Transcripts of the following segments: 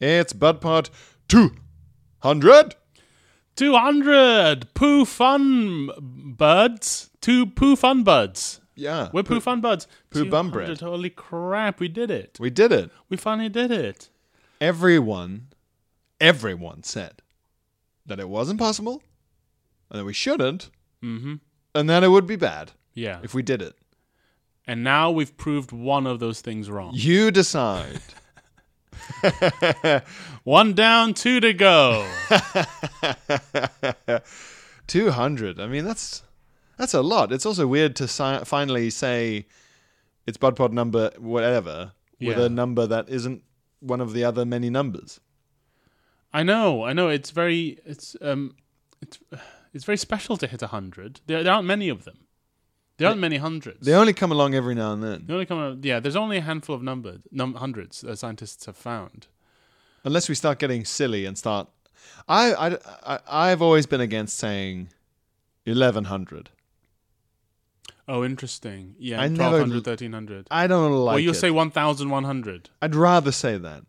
It's Bud Pod 200. 200 poo fun buds. Two poo fun buds. Yeah. We're poo fun buds. poo Uh, bum 200. bread. Holy crap, we did it. We did it. We finally did it. Everyone, everyone said that it wasn't possible and that we shouldn't Mm-hmm. hmm and that it would be bad Yeah. if we did it. and now we've proved one of those things wrong. You decide. One down, two to go. 200. I mean, that's that's a lot. It's also weird to si- finally say it's Bud Pod number whatever with Yeah. a number that isn't one of the other many numbers. I know, I know. It's very, it's um, it's it's very special to hit hundred. There, there aren't many of them. There aren't many hundreds. They only come along every now and They then, only come out, yeah. There's only a handful of numbered num- hundreds that scientists have found. unless we start getting silly and start. I I, I I've always been against saying 1100. Oh, interesting. Yeah, I never- 1200, 1300. I don't like. or you'll it. say 1100. I'd rather say that.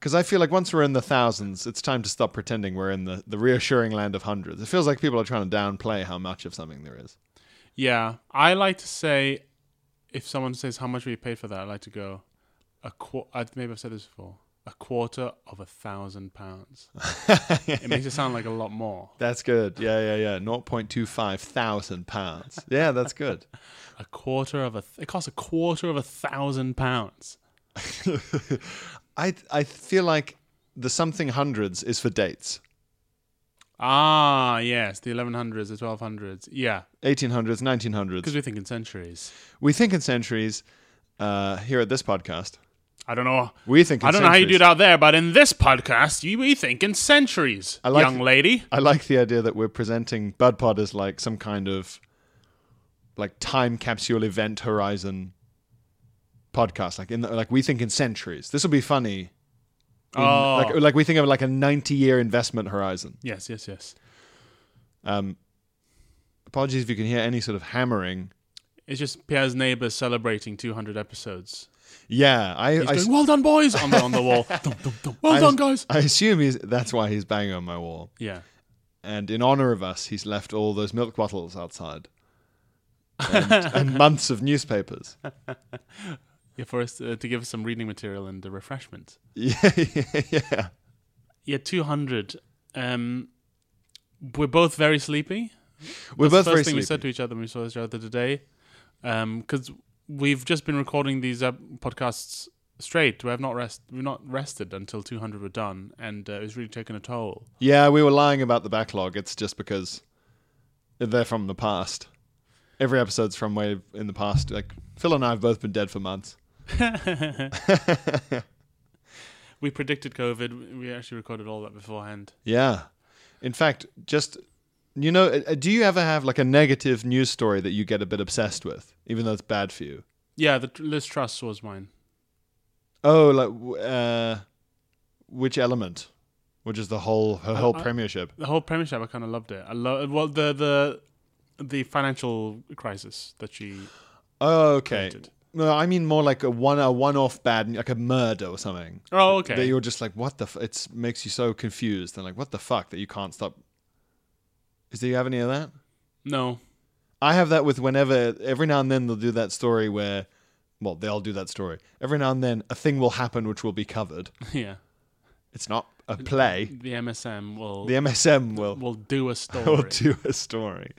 Because I feel like once we're in the thousands, it's time to stop pretending we're in the, the reassuring land of hundreds. It feels like people are trying to downplay how much of something there is. Yeah, I like to say, if someone says how much were you paid for that, I like to go a quarter. Maybe I've said this before. A quarter of a thousand pounds. It makes it sound like a lot more. that's good. Yeah, yeah, yeah. 0.25 thousand pounds. Yeah, that's good. A quarter of a. Th- it costs a quarter of a thousand pounds. I, I feel like the something hundreds is for dates. Ah, yes, the 1100s, the 1200s. Yeah, 1800s, because 1900s. we think in centuries. We think in centuries uh, here at this podcast. I don't know. We think in I don't know how you do centuries. it out there, but in this podcast, you we think in centuries, I like- young lady. I like the idea that we're presenting Bud Pod as like some kind of like time capsule event horizon podcast. Like in the, like we think in centuries. This will be funny. in- Oh. Mm, Like like we think of like a ninety year investment horizon. Yes, yes, yes. Um, apologies if you can hear any sort of hammering. It's just Pierre's neighbor celebrating 200 episodes. Yeah, I He's I, going, "Well done, boys!" on the on the wall. Dum, dum, dum. Well I- done, guys. I assume he's that's why he's banging on my wall. Yeah. And in honor of us, he's left all those milk bottles outside. And, and months of newspapers. Yeah, for us uh, to give us some reading material and the refreshment. Yeah, yeah, yeah. Yeah, 200. Um, we're both very sleepy. We're both very That's the first thing sleepy. we said to each other when we saw each other today, because we've just been recording these uh, podcasts straight. We have not rest. We've not rested until 200 were done, and uh, it's really taken a toll. yeah, we were lying about the backlog. It's just because they're from the past. Every episode's from way in the past. Like Phil and I have both been dead for months. We predicted COVID. We actually recorded all that beforehand. Yeah. In fact, just you know, uh, do you ever have like a negative news story that you get a bit obsessed with, even though it's bad for you? Yeah, the Liz Truss was mine. Oh, like w- uh, which element? Which is the whole her whole premiership? The whole premise of it, I kind of loved it. I love well the the the financial crisis that she. Oh, okay. Hated. No, I mean more like a one a one off bad, like a murder or something. Oh, that okay. you're just like, what the? F-? It makes you so confused and like, what the fuck that you can't stop. Is do you have any of that? No. I have that with whenever every now and then they'll do that story where, well, they'll do that story every now and then. A thing will happen which will be covered. Yeah. It's not a play. The MSM will The Oh, MSM will will do a story. will do a story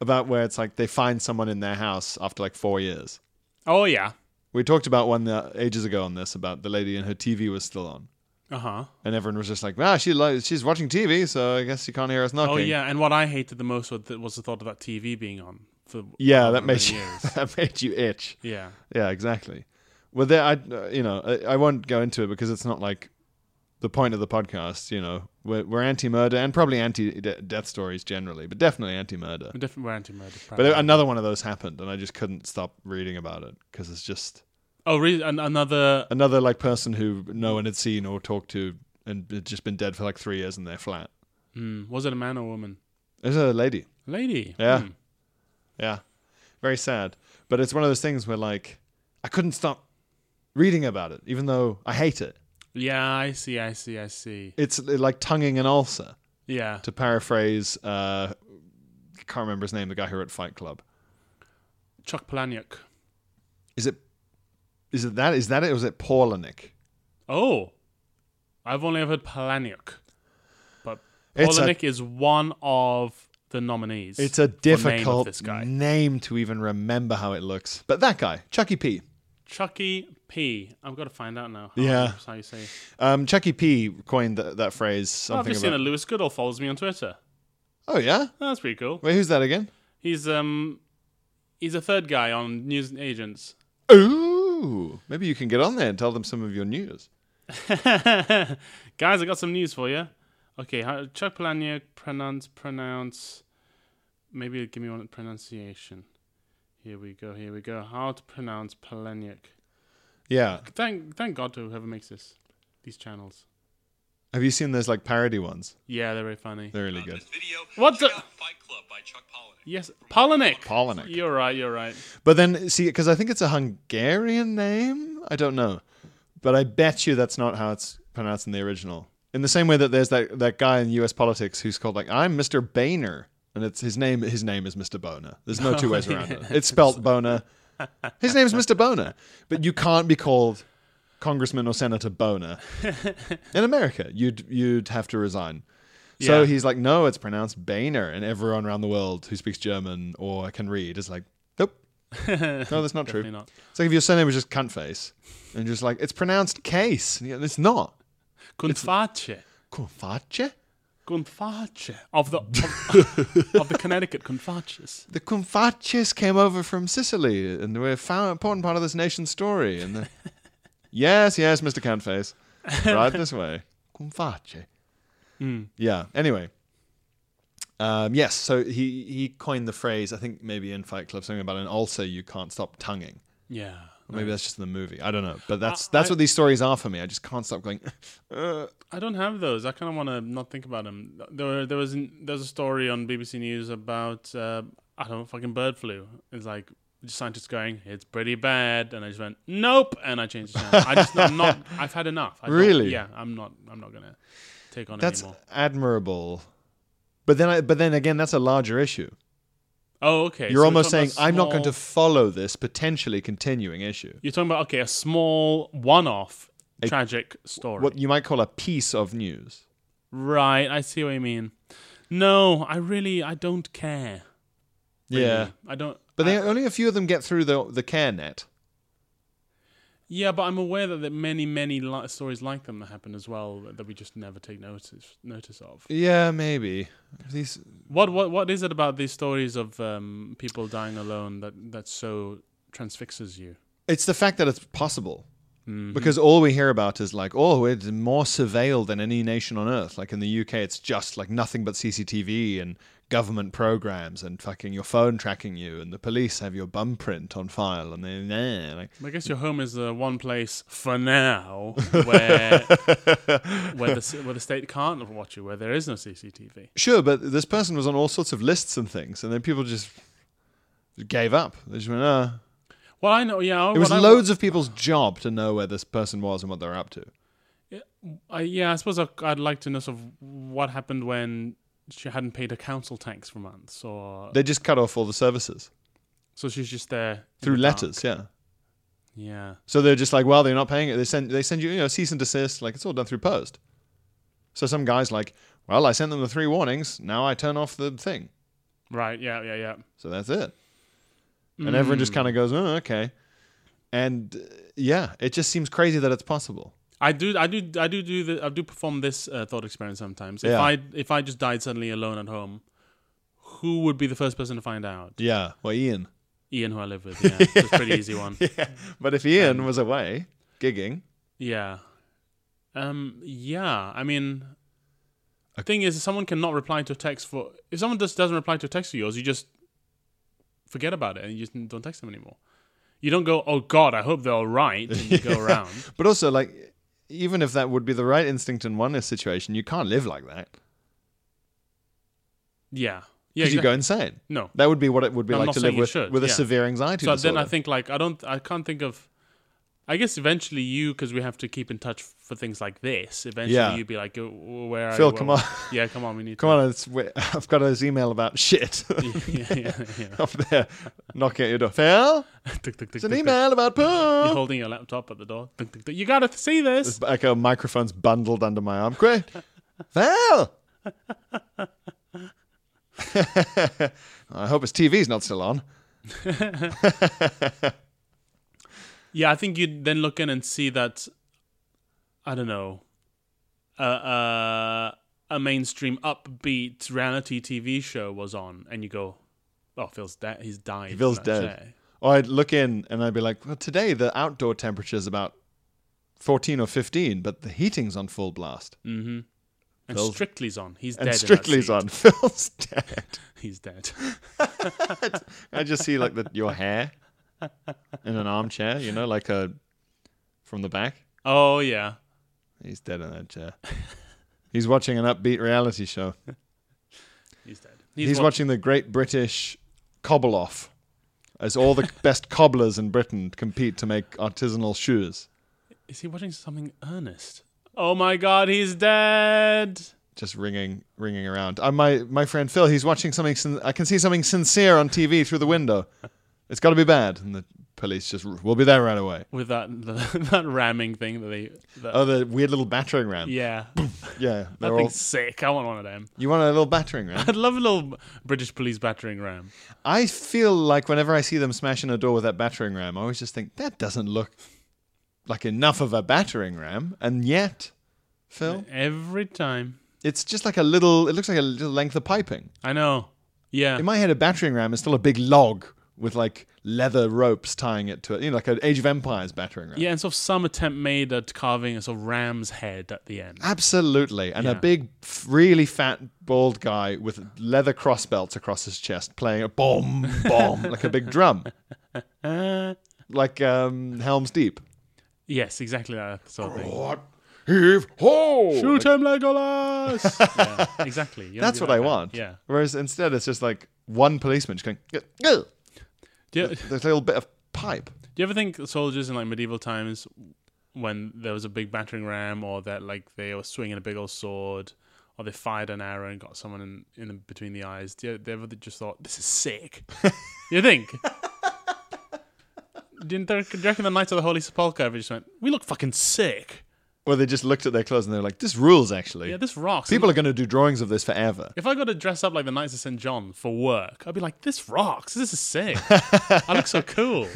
about where it's like they find someone in their house after like four years. Oh yeah. We talked about one uh, ages ago on this about the lady and her TV was still on. Uh huh. And everyone was just like, ah, she li- she's watching TV, so I guess she can't hear us knocking. Oh yeah, and what I hated the most was the, was the thought of that TV being on for Yeah, however that made many you years. that made you itch. yeah, Yeah, exactly. Well, there, I uh, you know I, I won't go into it because it's not like the point of the podcast. You know, we're, we're anti-murder and probably anti-death stories generally, but definitely anti-murder. A different we're anti-murder. But probably. another one of those happened, and I just couldn't stop reading about it because it's just oh, re- an- another another like person who no one had seen or talked to and had just been dead for like three years in their flat. hmm, was it a man or woman? It was a lady. Lady. Yeah. Hmm. Yeah. Very sad. But it's one of those things where like I couldn't stop reading about it, even though I hate it. Yeah, I see, I see, I see. It's uh, like tonguing an ulcer, Yeah. to paraphrase uh I can't remember his name, the guy who wrote Fight Club. Chuck Palahniuk. Is it is it that is that it or was it Paulinick? Oh, I've only ever heard Palahniuk, but It's a- Palahniuk is one of the nominees. It's a for name of difficult this guy, name to even remember how it looks. But that guy, Chucky P. Chucky P. I've got to find out now. How Yeah. that's how you say. it. Um, Chucky P coined th- that phrase. Oh, I've Something just seen about. that Lewis Goodall follows me on Twitter. oh yeah. That's pretty cool. Wait, who's that again? He's um, he's a third guy on News Agents. Ooh, maybe you can get on there and tell them some of your news. Guys, I got some news for you. Okay, how, Chuck Palahniuk pronounce pronounce. Maybe give me one pronunciation. Here we go. Here we go. How to pronounce Palahniuk? Yeah. Thank thank God to whoever makes this these channels. Have you seen those like parody ones? Yeah, they're very funny. They're really good. video. What check the- out Fight Club by Chuck Palahniuk. Yes, Polonic. Polonic. You're right. You're right. But then see, because I think it's a Hungarian name. I don't know, but I bet you that's not how it's pronounced in the original. In the same way that there's that, that guy in U.S. politics who's called like I'm Mr. Boehner, and it's his name. His name is Mr. Boner. There's no two ways around it. It's spelt Boner. His name's Mr. Boner, but you can't be called Congressman or Senator Boner in America. You'd you'd have to resign. So Yeah. he's like, no, it's pronounced Boehner, and everyone around the world who speaks German or can read is like, nope, no, that's not true. Definitely not. It's like if your surname was just cuntface, and you're just like it's pronounced case. Yeah, it's not. Kunfache. Cunface? Kunfache of the of, of the Connecticut Kunfaches. The cunfaces came over from Sicily, and we're found important part of this nation's story. And the, yes, yes, Mister Cuntface, right this way. Cunface. Hmm. Yeah. Anyway. Um, yes. So he he coined the phrase. I think maybe in Fight Club something about an ulcer you can't stop tonguing. Yeah. Or Maybe that's just in the movie. I don't know, but that's I- that's I- what these stories are for me. I just can't stop going. uh, I don't have those. I kind of want to not think about them. There, were- there was an- there was a story on BBC News about uh, I don't know, fucking bird flu. It's like just scientists going, it's pretty bad, and I just went, nope, and I changed the channel. I just I'm not. I've had enough. I don't- Really? Yeah. I'm not. I'm not gonna take on That's anymore. admirable. But then, I, but then again, that's a larger issue. Oh, okay. You're So almost we're saying talking about I'm not going to small- follow this potentially continuing issue. You're talking about okay, a small one-off tragic story. What you might call a piece of news. Right, I see what you mean. No, I really, I don't care. really. I don't. but they, I- only a few of them get through the the care net. yeah, but I'm aware that there are many, many li- stories like them that happen as well that we just never take notice notice of. Yeah, maybe these. What what what is it about these stories of um, people dying alone that that so transfixes you? It's the fact that it's possible. Mm-hmm. Because all we hear about is like, oh, it's more surveilled than any nation on earth. Like in the UK, it's just like nothing but CCTV and government programs and fucking your phone tracking you, and the police have your bum print on file, and they're there. Like, I guess your home is the one place for now where where the s- where the state can't watch you, where there is no CCTV. sure, but this person was on all sorts of lists and things, and then people just gave up. They just went, ah. Well, I know, yeah. It was what I- loads of people's job to know where this person was and what they're up to. I yeah, I suppose I, I'd like to know sort of what happened when she hadn't paid her council tax for months, or They just cut off all the services so she's just there in through the dark. letters, yeah. Yeah, So they're just like, well, they're not paying it. They send they send you, you know, cease and desist. Like it's all done through post. So some guys like, well, I sent them the three warnings. Now I turn off the thing. right. Yeah, yeah, yeah. So that's it. And everyone just Hmm. kind of goes, oh, okay. And uh, yeah, it just seems crazy that it's possible. I do, I do, I do do the, I do perform this uh, thought experiment sometimes. If Yeah. I if I just died suddenly alone at home, who would be the first person to find out? Yeah. Well, Ian. Ian, who I live with, yeah, it's a pretty easy one. But if Um, Ian was away gigging, Yeah. Um. Yeah. I mean, the thing is, if someone cannot reply to a text for if someone just doesn't reply to a text of yours, you just forget about it and you just don't text them anymore. You don't go, oh God, I hope they're all right, and you go around. but also like even if that would be the right instinct in one situation, you can't live like that Yeah. Yeah. because you go exactly. insane. No. That would be what it would be I'm like not to saying live you with should, with a yeah. severe anxiety So disorder. then I think like I don't I can't think of I guess eventually you because we have to keep in touch for things like this. Eventually Yeah. you'd be like "Oh, where are Phil, you? Where- come on. Yeah, come on, we need Come on, it's, we- I've got his email about shit to, yeah, yeah, yeah. up there, knocking at your door. Phil, Tick, tick, tick, it's an tick, tick. email about You're poo. holding your laptop at the door. Tick, tick, tick. You gotta see this. It's like a microphone's bundled under my arm. Great, Phil. I hope his TV's not still on. Yeah, I think you'd then look in and see that I don't know a a, a mainstream upbeat reality TV show was on, and you go, "Oh, Phil's dead. He's died. Phil's That's dead. it. Or I'd look in and I'd be like, well, today the outdoor temperature is about 14 or 15, but the heating's on full blast. And Phil's- Strictly's on. He's Mm, dead. and in that Strictly's seat. on. Phil's dead. He's dead. I just see like the, your hair in an armchair, you know, like a from the back. Oh yeah. He's dead in that chair. He's watching an upbeat reality show. He's dead. He's, wa- watching the Great British Cobble Off as all the best cobblers in Britain compete to make artisanal shoes. Is he watching something earnest? Oh my god, he's dead. just ringing ringing around. Uh, my my friend Phil, he's watching something. Sin- I can see something sincere on TV through the window. It's got to be bad. And the police just we'll be there right away. With that that ramming thing that they. That, Oh, the weird little battering ram. Yeah, yeah. That they're all. thing's sick. I want one of them. You want a little battering ram? I'd love a little British police battering ram. I feel like whenever I see them smashing a door with that battering ram, I always just think that doesn't look like enough of a battering ram. And yet, Phil, Every time. it's just like a little. It looks like a little length of piping. I know. Yeah. In my head, a battering ram is still a big log with like leather ropes tying it to it. You know, like an Age of Empires battering ram. yeah, and sort of some attempt made at carving a sort of ram's head at the end. Absolutely. And a Yeah. big, f- really fat, bald guy with leather cross belts across his chest playing a bomb, bomb, like a big drum. Like um, Helm's Deep. Yes, exactly that sort of thing. What? Heave ho! Shoot him, Legolas! yeah, exactly. You wanna That's be what that I guy. want. Yeah. Whereas instead, it's just like one policeman just going, "Ugh, Do you, ugh," there's a little bit of pipe. do you ever think soldiers in like medieval times, when there was a big battering ram, or that like they were swinging a big old sword, or they fired an arrow and got someone in, in the- between the eyes? Do you, they ever just thought this is sick? you think? Didn't there, do you reckon the Knights of the Holy Sepulchre ever just went, we look fucking sick? Where they just looked at their clothes and they're like, this rules actually. Yeah, this rocks. People are going to do drawings of this forever. If I got to dress up like the Knights of St. John for work, I'd be like, this rocks. This is sick. I look so cool.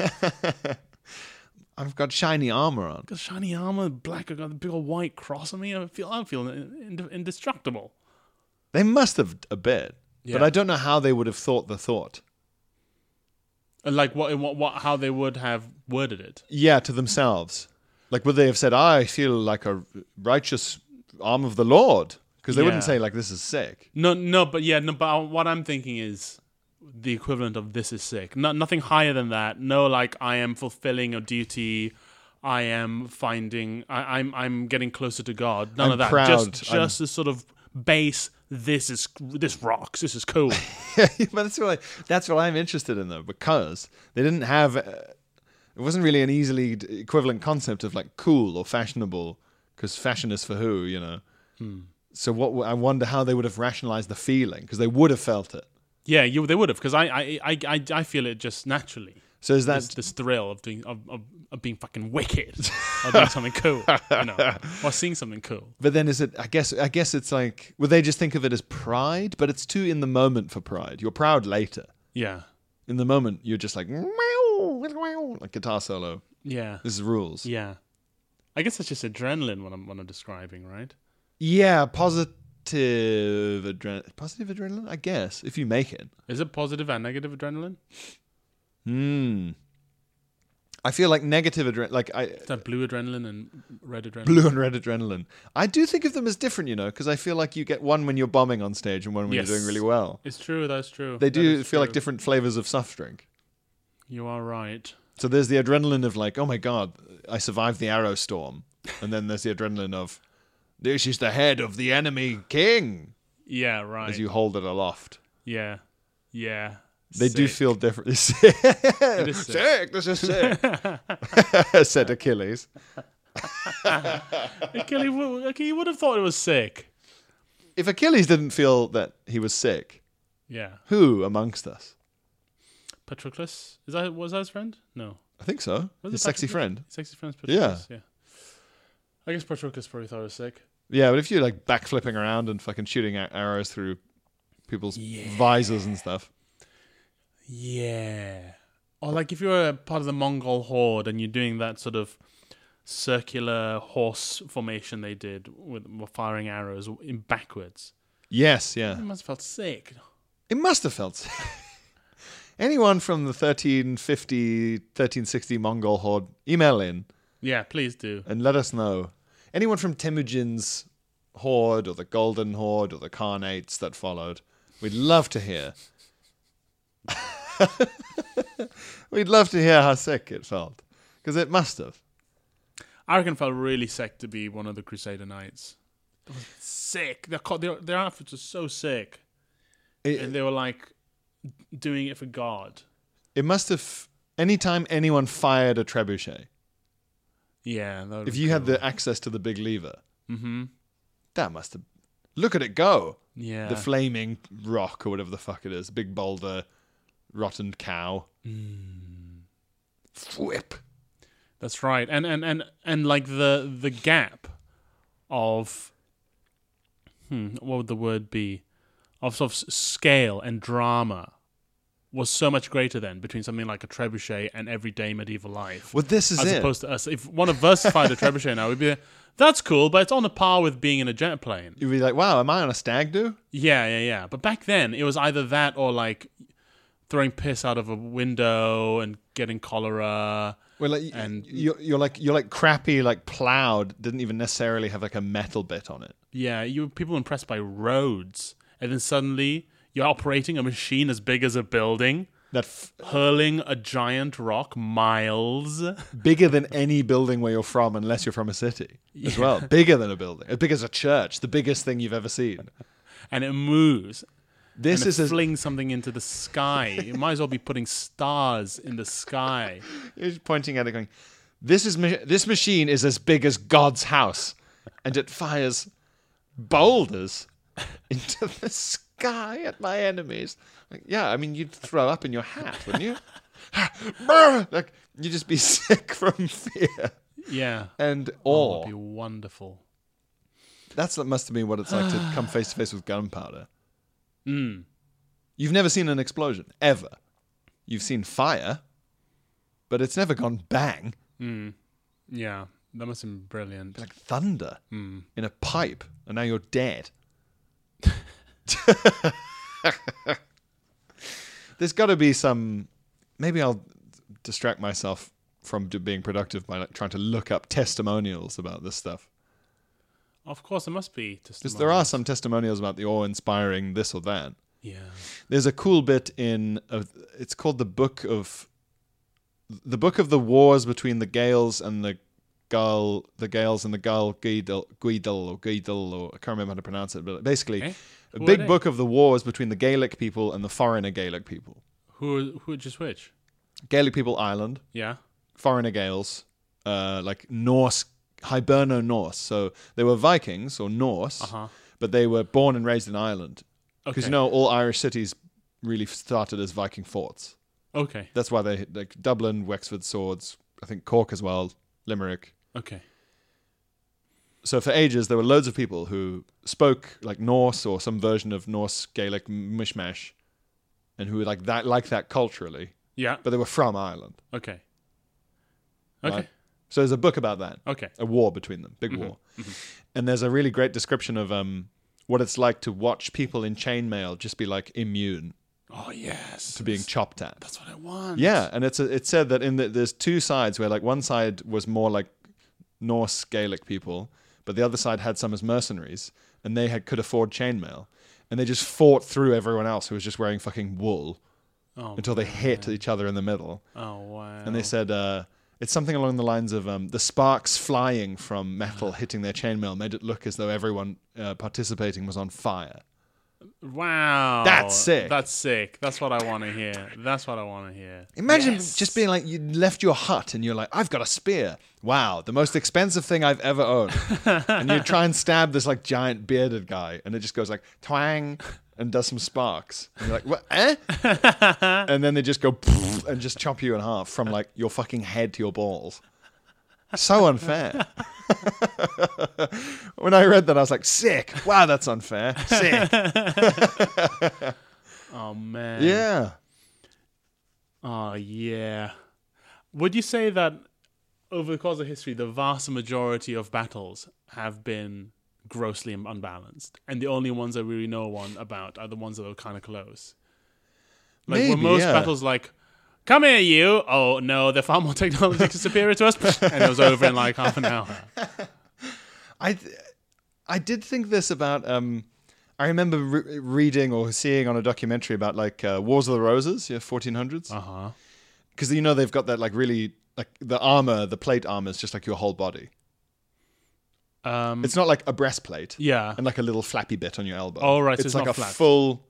I've got shiny armor on. got shiny armor, black. I got the big old white cross on me. I feel I'm feeling ind- indestructible. They must have a bit, but Yeah. I don't know how they would have thought the thought. And Uh, Like what, what, what, how they would have worded it. Yeah, to themselves. Like, would they have said, "I feel like a righteous arm of the Lord"? Because they wouldn't Yeah. say, "Like this is sick." No, no, but yeah, no. But I- what I'm thinking is the equivalent of this is sick. No, nothing higher than that. No, like I am fulfilling a duty. I am finding. I, I'm. I'm getting closer to God. None I'm of that. proud. Just, I'm- just this sort of base. This is. This rocks. This is cool. but that's what I, that's what I'm interested in, though, because they didn't have. Uh, it wasn't really an easily d- equivalent concept of like cool or fashionable, because fashion is for who, you know. Hmm. So what w- I wonder how they would have rationalized the feeling, because they would have felt it. yeah, you. They would have because I, I. I. I. I feel it just naturally. So is that this, this thrill of doing of, of, of being fucking wicked, of doing something cool, you know, or seeing something cool. But then is it I guess I guess it's like well they just think of it as pride, but it's too in the moment for pride. You're proud later. Yeah, In the moment you're just like meow, meow, like guitar solo. yeah, This is rules. yeah. I guess it's just adrenaline when I'm when I'm describing, right? Yeah, positive adrenaline. Positive adrenaline, I guess, if you make it. Is it positive and negative adrenaline? Hmm. I feel like negative adrenaline, like I It's that blue adrenaline and red adrenaline. blue and red adrenaline. I do think of them as different, you know, because I feel like you get one when you're bombing on stage and one when Yes. you're doing really well. It's true. That's true. They That do is feel like true. different flavors of soft drink. You are right. So there's the adrenaline of like, oh my god, I survived the arrow storm, and then there's the adrenaline of, this is the head of the enemy king Yeah, right. as you hold it aloft. yeah, yeah. They do Sick. feel different. sick. is sick. This is sick. Said Achilles. Achilles would, Achilles would have thought it was sick. If Achilles didn't feel that he was sick, Yeah. who amongst us? Patroclus is that was that his friend? No. I think so. Was His it sexy Patroclus? friend. His sexy friend's Yeah. Patroclus. Yeah. I guess Patroclus probably thought it was sick. Yeah, but if you're like backflipping around and fucking shooting a- arrows through people's visors and stuff, Yeah. Or like if you're a part of the Mongol horde and you're doing that sort of circular horse formation they did with with firing arrows in backwards. yes, yeah, It must have felt sick. it must have felt. sick. Anyone from the 1350, 1360 Mongol horde, email in Yeah, please do. and let us know. Anyone from Temujin's horde or the Golden Horde or the Khanate that followed, we'd love to hear. we'd love to hear how sick it felt because it must have. I reckon it felt really sick to be one of the Crusader Knights. It was sick. Their co- their their outfits are so sick, It- and they were like doing it for God. It must have. Anytime anyone fired a trebuchet, Yeah. That if you had the access to the big lever, Mm-hmm. that must have. Look at it go! Yeah. The flaming rock or whatever the fuck it is, big boulder, rotten cow. Whip. That's right. And and and and like the the gap of hmm, what would the word be of sort of s- scale and drama was so much greater then between something like a trebuchet and everyday medieval life. Well, this is as it. opposed to us. If one of us fired a trebuchet now, we'd be like, that's cool, but it's on a par with being in a jet plane. You'd be like, wow, am I on a stag do? Yeah, yeah, yeah. But back then, it was either that or like throwing piss out of a window and getting cholera. Well, like, and And- you're, you're like you're like crappy, like plowed. Didn't even necessarily have like a metal bit on it. Yeah, you were people impressed by roads, and then suddenly you're operating a machine as big as a building, That f- hurling a giant rock miles. bigger than any building where you're from, unless you're from a city as well. Bigger than a building, as big as a church, the biggest thing you've ever seen. and it moves. This and is it as flings something into the sky. You might as well be putting stars in the sky. He was pointing at it, going, "This is ma- this machine is as big as God's house, and it fires boulders into the sky at my enemies." Like, yeah, I mean, you'd throw up in your hat, wouldn't you? like, you'd just be sick from fear Yeah. and Oh, awe. that'd be wonderful. That's that must have been what it's like to come face to face with gunpowder. Hmm. You've never seen an explosion ever. You've seen fire, but it's never gone bang. Yeah, that must have been brilliant. like thunder in a pipe, and now you're dead. There's got to be some. Maybe I'll distract myself from do- being productive by like, trying to look up testimonials about this stuff. Of course, it must be. Because there are some testimonials about the awe-inspiring this or that. Yeah. There's a cool bit in. A, it's called the book of. The book of the wars between the Gaels and the Gael, the Gaels and the Gael Guidel, Guidel or Guidel, or I can't remember how to pronounce it, but basically, Eh? a Who are big they? book of the wars between the Gaelic people and the foreigner Gaelic people. Who who just which? Gaelic people, Ireland, Yeah. foreigner Gaels, uh, like Norse, Hiberno Norse. So they were Vikings or Norse, Uh-huh. but they were born and raised in Ireland. Because Okay. you know, all Irish cities really started as Viking forts. Okay. That's why they like Dublin, Wexford, Swords, I think Cork as well, Limerick. Okay. So for ages, there were loads of people who spoke like Norse or some version of Norse Gaelic mishmash, and who were like that, like that culturally, Yeah. but they were from Ireland. Okay. Okay. right? So there's a book about that. Okay. Mm-hmm. a war between them, big war. And there's a really great description of um, what it's like to watch people in chainmail just be like immune Oh yes, to being chopped at. that's what I want. Yeah, and it's it said that in the, there's two sides where like one side was more like Norse Gaelic people, but the other side had some as mercenaries, and they had could afford chainmail, and they just fought through everyone else who was just wearing fucking wool Oh, until they hit each other in the middle, oh wow. and they said. uh it's something along the lines of um, the sparks flying from metal hitting their chainmail made it look as though everyone uh, participating was on fire. wow, That's sick. That's sick. That's what I want to hear. That's what I want to hear. Imagine just being like you left your hut and you're like, I've got a spear. Wow, the most expensive thing I've ever owned. and you try and stab this like giant bearded guy, and it just goes like twang and does some sparks. And you're like, what? Eh? and then they just go "Pfft," and just chop you in half from like your fucking head to your balls. So unfair. when I read that, I was like, sick. Wow, that's unfair. Sick. Oh man. Yeah. Oh yeah. Would you say that over the course of history, the vast majority of battles have been grossly un- unbalanced, and the only ones that we really know one about are the ones that were kind of close? Like were Maybe, most yeah. battles like. Come here, you! Oh no, they're far more technologically superior to us, and it was over in like half an hour. I th- I did think this about um I remember re- reading or seeing on a documentary about like uh, Wars of the Roses, yeah, 1400s. Uh huh. Cuz you know they've got that like really like the armor, the plate armor is just like your whole body. Um, It's not like a breastplate yeah, and like a little flappy bit on your elbow. Oh, right, so It's, it's like not a flat. full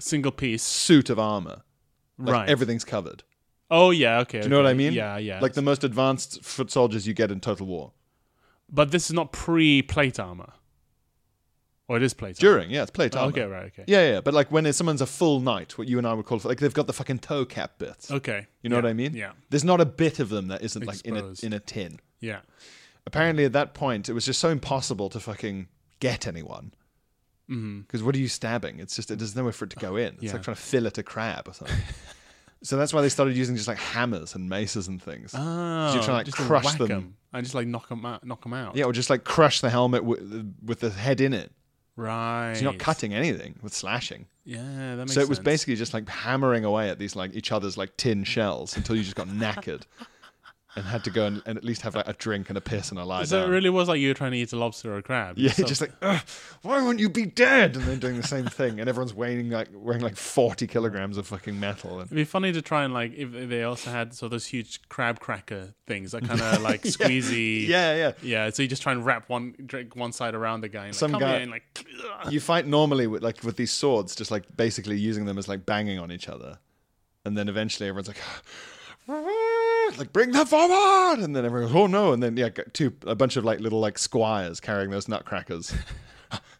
single piece. suit of armor. Like right. everything's covered. Oh yeah. Okay. Do you know what I okay. mean? Yeah, yeah. Like the most advanced foot soldiers you get in Total War. But this is not pre plate armor. Or it is plate armor. During, yeah, it's plate Oh, armor. okay, right, okay. Yeah, yeah, but like when it's, someone's a full knight, what you and I would call like they've got the fucking toe cap bits. Okay. You know Yeah, what I mean? Yeah. There's not a bit of them that isn't like Exposed. in a in a tin. Yeah. Apparently, at that point, it was just so impossible to fucking get anyone. Because what are you stabbing? It's just there's nowhere for it to go in. It's Mm-hmm. Yeah. like trying to fillet a crab or something. so that's why they started using just like hammers and maces and things. Oh, you're trying to, like, just crush whack them. 'em and just like knock them out. Knock 'em out. Yeah, or just like crush the helmet with, with the head in it. Right. So you're not cutting anything with slashing. Yeah, that makes so it was sense. basically just like hammering away at these like each other's like tin shells until you just got knackered and had to go and, and at least have like a drink and a piss and a lie So down. it really was like you were trying to eat a lobster or a crab. Yeah, So- just like, "Ugh, why won't you be dead? And then doing the same thing, and everyone's weighing like wearing like forty kilograms of fucking metal. And It'd be funny to try and like if they also had so those huge crab cracker things that kind of like squeezy. yeah, yeah. Yeah, so you just try and wrap one drink one side around the guy and like, Some come guy- here and like You fight normally with like with these swords, just like basically using them as like banging on each other, and then eventually everyone's like, like bring them forward, and then everyone, oh no, and then yeah, got two a bunch of like little like squires carrying those nutcrackers,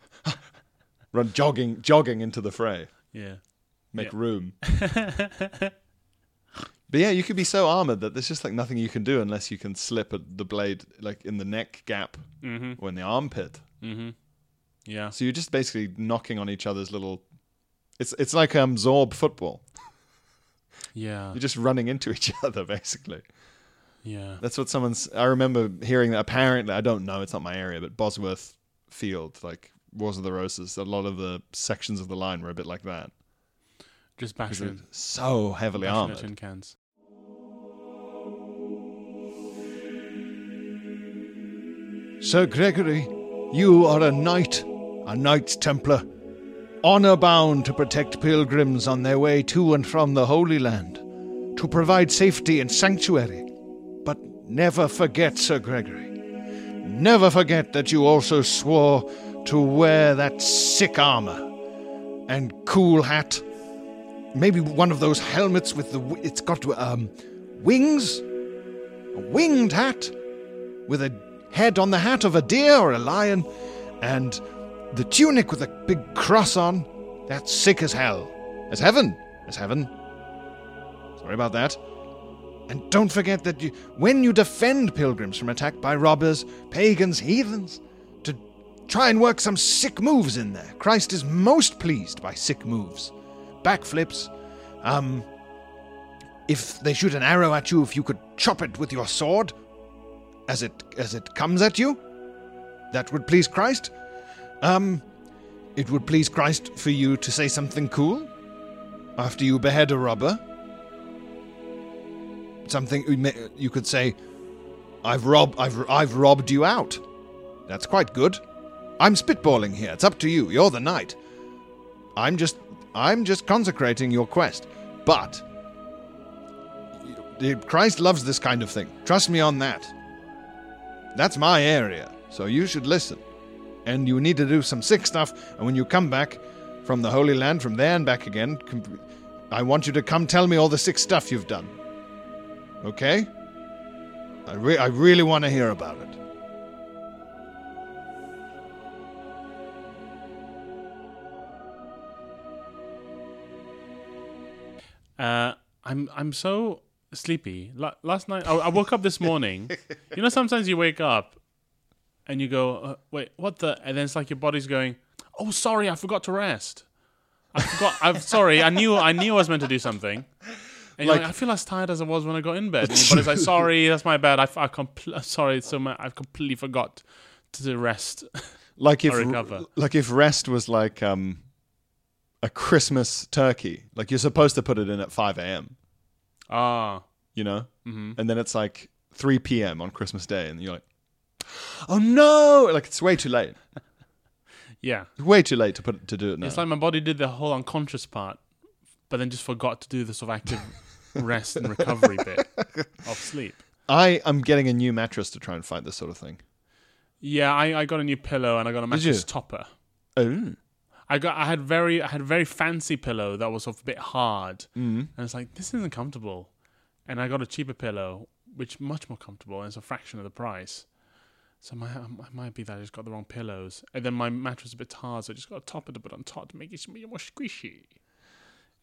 run jogging jogging into the fray. Yeah. make Yeah. room. but yeah, you could be so armored that there's just like nothing you can do unless you can slip a, the blade like in the neck gap or in the armpit. Yeah. So you're just basically knocking on each other's little. It's it's like um Zorb football. Yeah. You're just running into each other basically. Yeah. That's what someone's. I remember hearing that. Apparently, I don't know. It's not my area, but Bosworth Field, like Wars of the Roses, a lot of the sections of the line were a bit like that. 'Cause Just bash they're in. so heavily Bash in the armored. tin cans. Sir Gregory, you are a knight, a Knights Templar, honor bound to protect pilgrims on their way to and from the Holy Land, to provide safety and sanctuary. But never forget, Sir Gregory, never forget that you also swore to wear that sick armor and cool hat. Maybe one of those helmets with the. w- It's got um, wings? A winged hat? with a head on the hat of a deer or a lion, and the tunic with a big cross on. That's sick as hell. As heaven. As heaven. Sorry about that. And don't forget that you, when you defend pilgrims from attack by robbers, pagans, heathens, to try and work some sick moves in there. Christ is most pleased by sick moves. Backflips. Um. If they shoot an arrow at you, if you could chop it with your sword, as it as it comes at you. That would please Christ. Um, it would please Christ for you to say something cool. after you behead a robber? Something you may- you could say, "I've robbed, I've, I've robbed you out." That's quite good. I'm spitballing here. It's up to you. You're the knight. I'm just, I'm just consecrating your quest. But the- Christ loves this kind of thing. Trust me on that. That's my area, so you should listen. And you need to do some sick stuff, and when you come back from the Holy Land, from there and back again, com- I want you to come tell me all the sick stuff you've done. Okay? I, re- I really want to hear about it. Uh, I'm I'm so sleepy. La- last night I, I woke up this morning. you know, sometimes you wake up and you go, uh, "Wait, what the?" And then it's like your body's going, "Oh, sorry, I forgot to rest. I forgot. I'm sorry. I knew. I knew I was meant to do something." And you're Like- like, I feel as tired as I was when I got in bed. And your body's like, "Sorry, that's my bad. I, f- I compl- I'm sorry, it's so much. I've completely forgot to rest." Like if, Or recover. like if rest was like um, a Christmas turkey, like you're supposed to put it in at 5 a.m. Ah, you know? Mm-hmm. And then it's like 3 p.m. on Christmas Day, and you're like, oh no! Like it's way too late. yeah. It's way too late to put to do it now. It's like my body did the whole unconscious part, but then just forgot to do the sort of active rest and recovery bit of sleep. I am getting a new mattress to try and fight this sort of thing. Yeah, I, I got a new pillow and I got a Did you? mattress topper. Oh, I got I had very I had a very fancy pillow that was sort of a bit hard, Mm-hmm. mm. and it's like this isn't comfortable. And I got a cheaper pillow, which much more comfortable, and it's a fraction of the price. So my I might be that I just got the wrong pillows, and then my mattress is a bit hard, so I just got a topper to put on top to make it more squishy.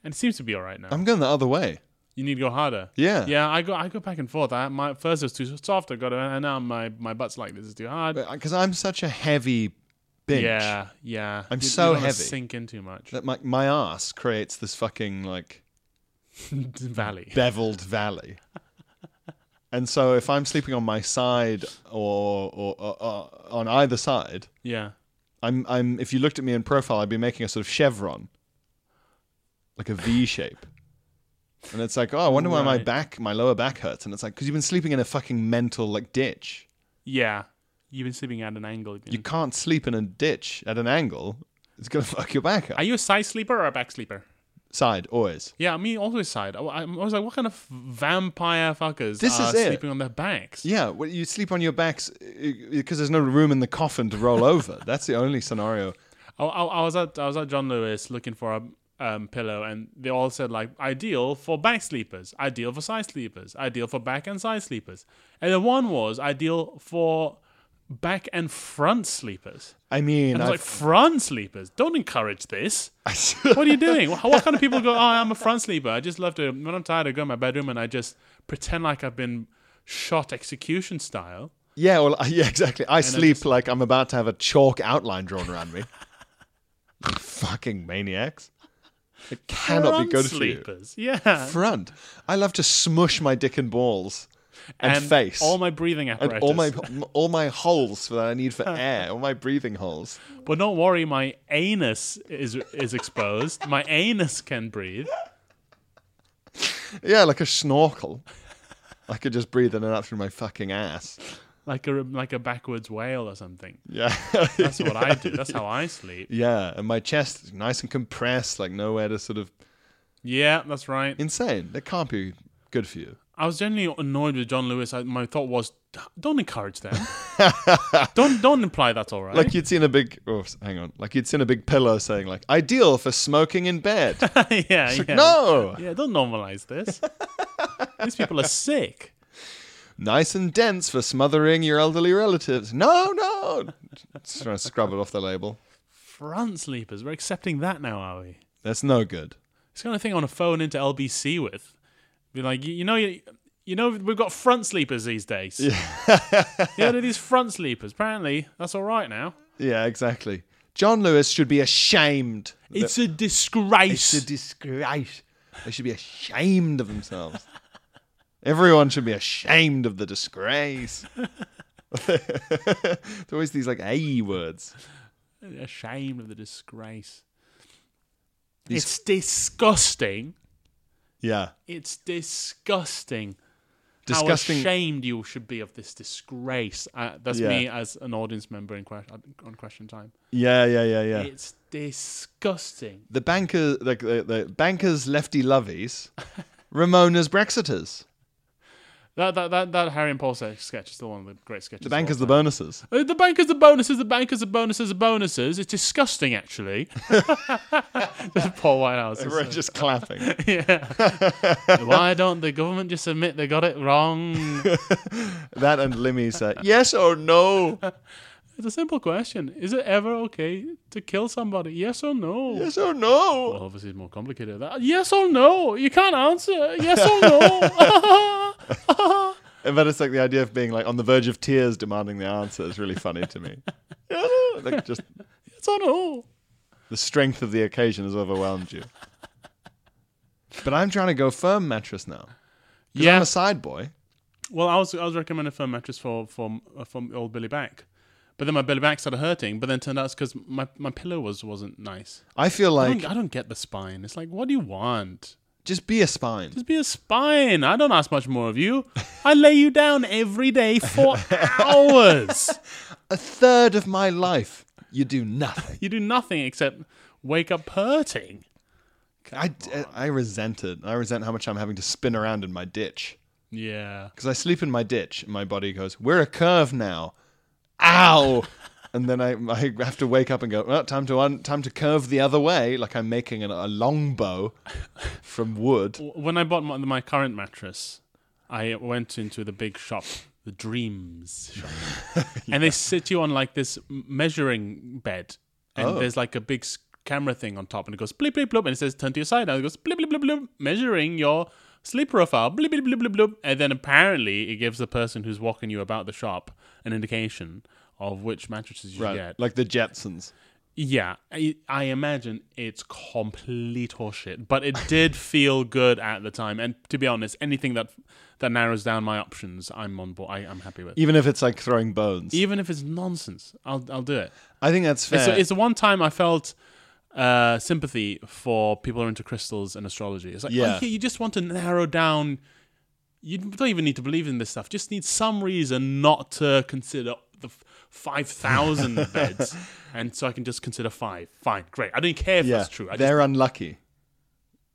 And it seems to be all right now. I'm going the other way. You need to go harder. Yeah. Yeah, I go I go back and forth. I, my first it was too soft. I got it, and now my my butt's like this is too hard. Because I'm such a heavy bench Yeah, yeah. I'm You- you so don't wanna heavy. Sink in too much. that my, my ass creates this fucking like Valley. beveled valley. and so if I'm sleeping on my side or, or, or, or on either side, Yeah. I'm I'm if you looked at me in profile, I'd be making a sort of chevron, like a V shape. And it's like, oh, I wonder why my Right. back, my lower back hurts. And it's like, because you've been sleeping in a fucking mental like ditch. Yeah. You've been sleeping at an angle. again. You can't sleep in a ditch at an angle. It's gonna fuck your back up. Are you a side sleeper or a back sleeper? Side always. Yeah, I mean, always side. I, I was like, what kind of vampire fuckers This are is it. sleeping on their backs? Yeah, well, you sleep on your backs because there's no room in the coffin to roll over. That's the only scenario. I, I, I was at I was at John Lewis looking for a um, pillow, and they all said like ideal for back sleepers, ideal for side sleepers, ideal for back and side sleepers, and the one was ideal for back and front sleepers. I mean, And I was like, I've- front sleepers, don't encourage this. what are you doing? What, what kind of people go? Oh, I'm a front sleeper. I just love to when I'm tired, I go in my bedroom and I just pretend like I've been shot execution style. yeah, well, yeah, exactly. I sleep like I'm about to have a chalk outline drawn around me. Fucking maniacs! It cannot front be good for sleepers. Yeah. you. Front. I love to smush my dick and balls and, face all my breathing and apparatus, all my all my holes that I need for air, all my breathing holes. But don't worry, my anus is is exposed. my anus can breathe. Yeah, like a snorkel. I could just breathe in and out through my fucking ass. Like a like a backwards whale or something. Yeah. That's what I do. That's how I sleep. Yeah, and my chest is nice and compressed, like nowhere to sort of Yeah, that's right. insane. That can't be good for you. I was genuinely annoyed with John Lewis. I, my thought was, don't encourage them. don't don't imply that's all right. Like you'd seen a big, oh, s- hang on, like you'd seen a big pillow saying like ideal for smoking in bed. yeah, yeah. no, Yeah, don't normalize this. These people are sick. nice and dense for smothering your elderly relatives. No, no, just trying to scrub it off the label. Front sleepers. We're accepting that now, are we? That's no good. It's the kind of thing I want to phone into LBC with. Be like, you, you know, you, you know, we've got front sleepers these days. Yeah, yeah, they're these front sleepers. Apparently, that's all right now. Yeah, exactly. John Lewis should be ashamed. It's a disgrace. It's a disgrace. They should be ashamed of themselves. Everyone should be ashamed of the disgrace. There's always these like A words. Ashamed of the disgrace. It's disgusting. Yeah. It's disgusting. How Disgusting. ashamed you should be of this disgrace. Uh, that's Yeah. me as an audience member in que- on Question Time. Yeah, yeah, yeah, yeah. It's disgusting. the banker, the, the, the bankers, lefty loveys, Ramona's Brexiters. That that that, that Harry and Paul se- sketch is still one of the great sketches. The of all bankers, the time. bonuses. Uh, The bankers, the bonuses, the bankers, the bonuses, the bonuses. It's disgusting, actually. Paul Whitehouse. is- We're just clapping. Why don't the government just admit they got it wrong? That and Limmy's uh, yes or no, It's a simple question. Is it ever okay to kill somebody? Yes or no? yes or no. Well, obviously, it's more complicated than that. Yes or no? You can't answer. Yes or no? But it's like the idea of being like on the verge of tears, demanding the answer is really funny to me. like just yes or no? the strength of the occasion has overwhelmed you. But I'm trying to go firm mattress now. 'Cause Yeah. I'm a side boy. Well, I was I was recommended for a mattress for from uh, from old Billy Back, but then my Billy Back started hurting. But then turned out it's because my, my pillow was wasn't nice. I feel I like don't, I don't get the spine. It's like, what do you want? just be a spine. Just be a spine. I don't ask much more of you. I lay you down every day for hours. a third of my life, you do nothing. You do nothing except wake up hurting. I, uh, I resent it. I resent how much I'm having to spin around in my ditch. Yeah. Because I sleep in my ditch, and my body goes, We're a curve now. Ow! and then I, I have to wake up and go, Well, time to, un- time to curve the other way, like I'm making an, a longbow from wood. W- When I bought my, my current mattress, I went into the big shop, the Dreams shop, and they sit you on like this m- measuring bed, and Oh. there's like a big s- camera thing on top, and it goes blip blip blip, and it says turn to your side, and it goes blip blip blip blip, measuring your sleep profile, blip blip blip blip blip, and then apparently it gives the person who's walking you about the shop an indication of which mattresses you should Right. get. Like the Jetsons. Yeah, I, I imagine it's complete horseshit, but it did feel good at the time. And to be honest, anything that that narrows down my options, I'm on board. I, I'm happy with. Even if it's like throwing bones. Even if it's nonsense, I'll I'll do it. I think that's fair. It's, it's the one time I felt uh, sympathy for people who are into crystals and astrology. It's like, Yeah. oh, you just want to narrow down. You don't even need to believe in this stuff. Just need some reason not to consider the f- 5,000 beds. And so I can just consider five. Fine, great. I don't care if yeah. that's true. I just, They're unlucky.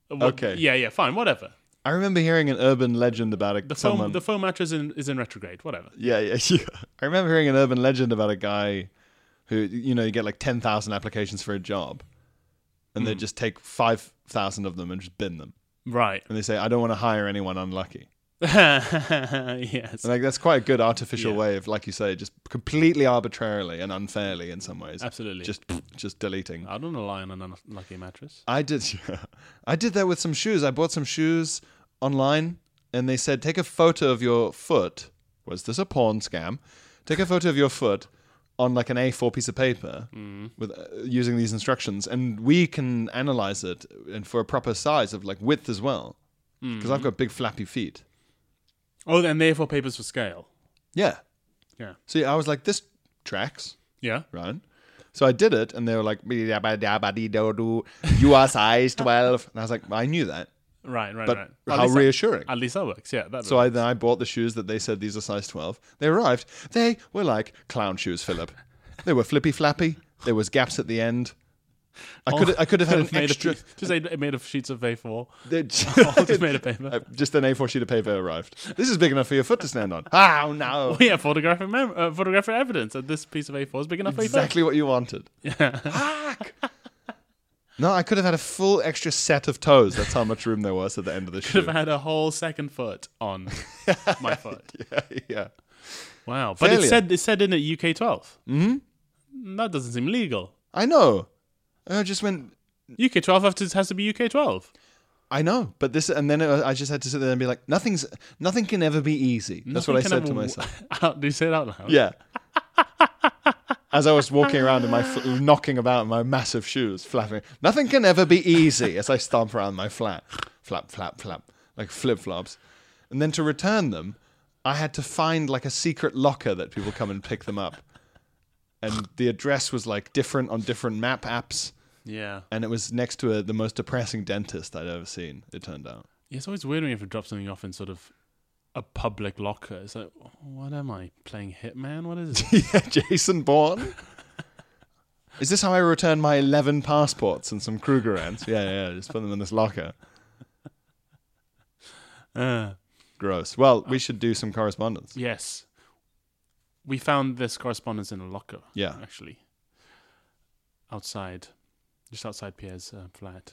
what- okay. Yeah, yeah, fine, whatever. I remember hearing an urban legend about a The someone. foam, the foam mattress in, is in retrograde, whatever. Yeah, yeah, yeah. I remember hearing an urban legend about a guy who, you know, you get like 10,000 applications for a job and Hmm. they just take 5,000 of them and just bin them. Right. And they say, I don't want to hire anyone unlucky. yes. And like, that's quite a good artificial Yeah. way of, like you say, just completely arbitrarily and unfairly in some ways. Absolutely. Just, just deleting. I don't rely on an unlucky mattress. I did, I did that with some shoes. I bought some shoes online, and they said take a photo of your foot. Was this a porn scam? Take a photo of your foot on like an A4 piece of paper with uh, using these instructions, and we can analyze it and for a proper size of like width as well, because I've got big flappy feet. Oh, and therefore papers for scale. Yeah. Yeah. So yeah, I was like, this tracks. Yeah. right? So I did it, and they were like, "Bidi-dabba-dabba-dee-do-do, you are size 12. And I was like, I knew that. Right, right, But right. how At least that- reassuring. at least that works, yeah. That So works. I, then I bought the shoes that they said these are size 12. They arrived. They were like clown shoes, Philip. They were flippy flappy. There was gaps at the end. I could I could have had an Just made extra. Of, pe- just made, made of sheets of A4. They- just made of paper. Uh, Just an A4 sheet of paper arrived. This is big enough for your foot to stand on. Oh no! Yeah, photographic, mem- uh, photographic evidence that this piece of A4 is big enough for A4. Exactly what you wanted. Fuck. No, I could have had a full extra set of toes. That's how much room there was at the end of the shoe. Could have had a whole second foot on my foot. yeah. Wow. But it Failure. said, it said in it UK 12. Mm-hmm. That doesn't seem legal. I know. I just went, UK 12 have to- has to be UK 12. I know. But this, and then it, I just had to sit there and be like, nothing's, nothing can ever be easy. That's what I Nothing said can to ever- myself. Out- Do you say it out loud? Yeah. As I was walking around in my, fl- knocking about in my massive shoes, flapping, nothing can ever be easy as I stomp around my flat. Flap, flap, flap, like flip flops. And then to return them, I had to find like a secret locker that people come and pick them up. And the address was like different on different map apps. Yeah. and it was next to a, the most depressing dentist I'd ever seen. It turned out. Yeah, It's always weird when you have to drop something off in sort of a public locker. It's like, what am I playing Hitman? What is this? yeah, Jason Bourne. Is this how I return my eleven passports and some Kruger ants? Yeah, yeah, yeah, just put them in this locker. uh, Gross. Well, we should do some correspondence. yes, we found this correspondence in a locker. Yeah. actually, outside, just outside Pierre's uh, flat.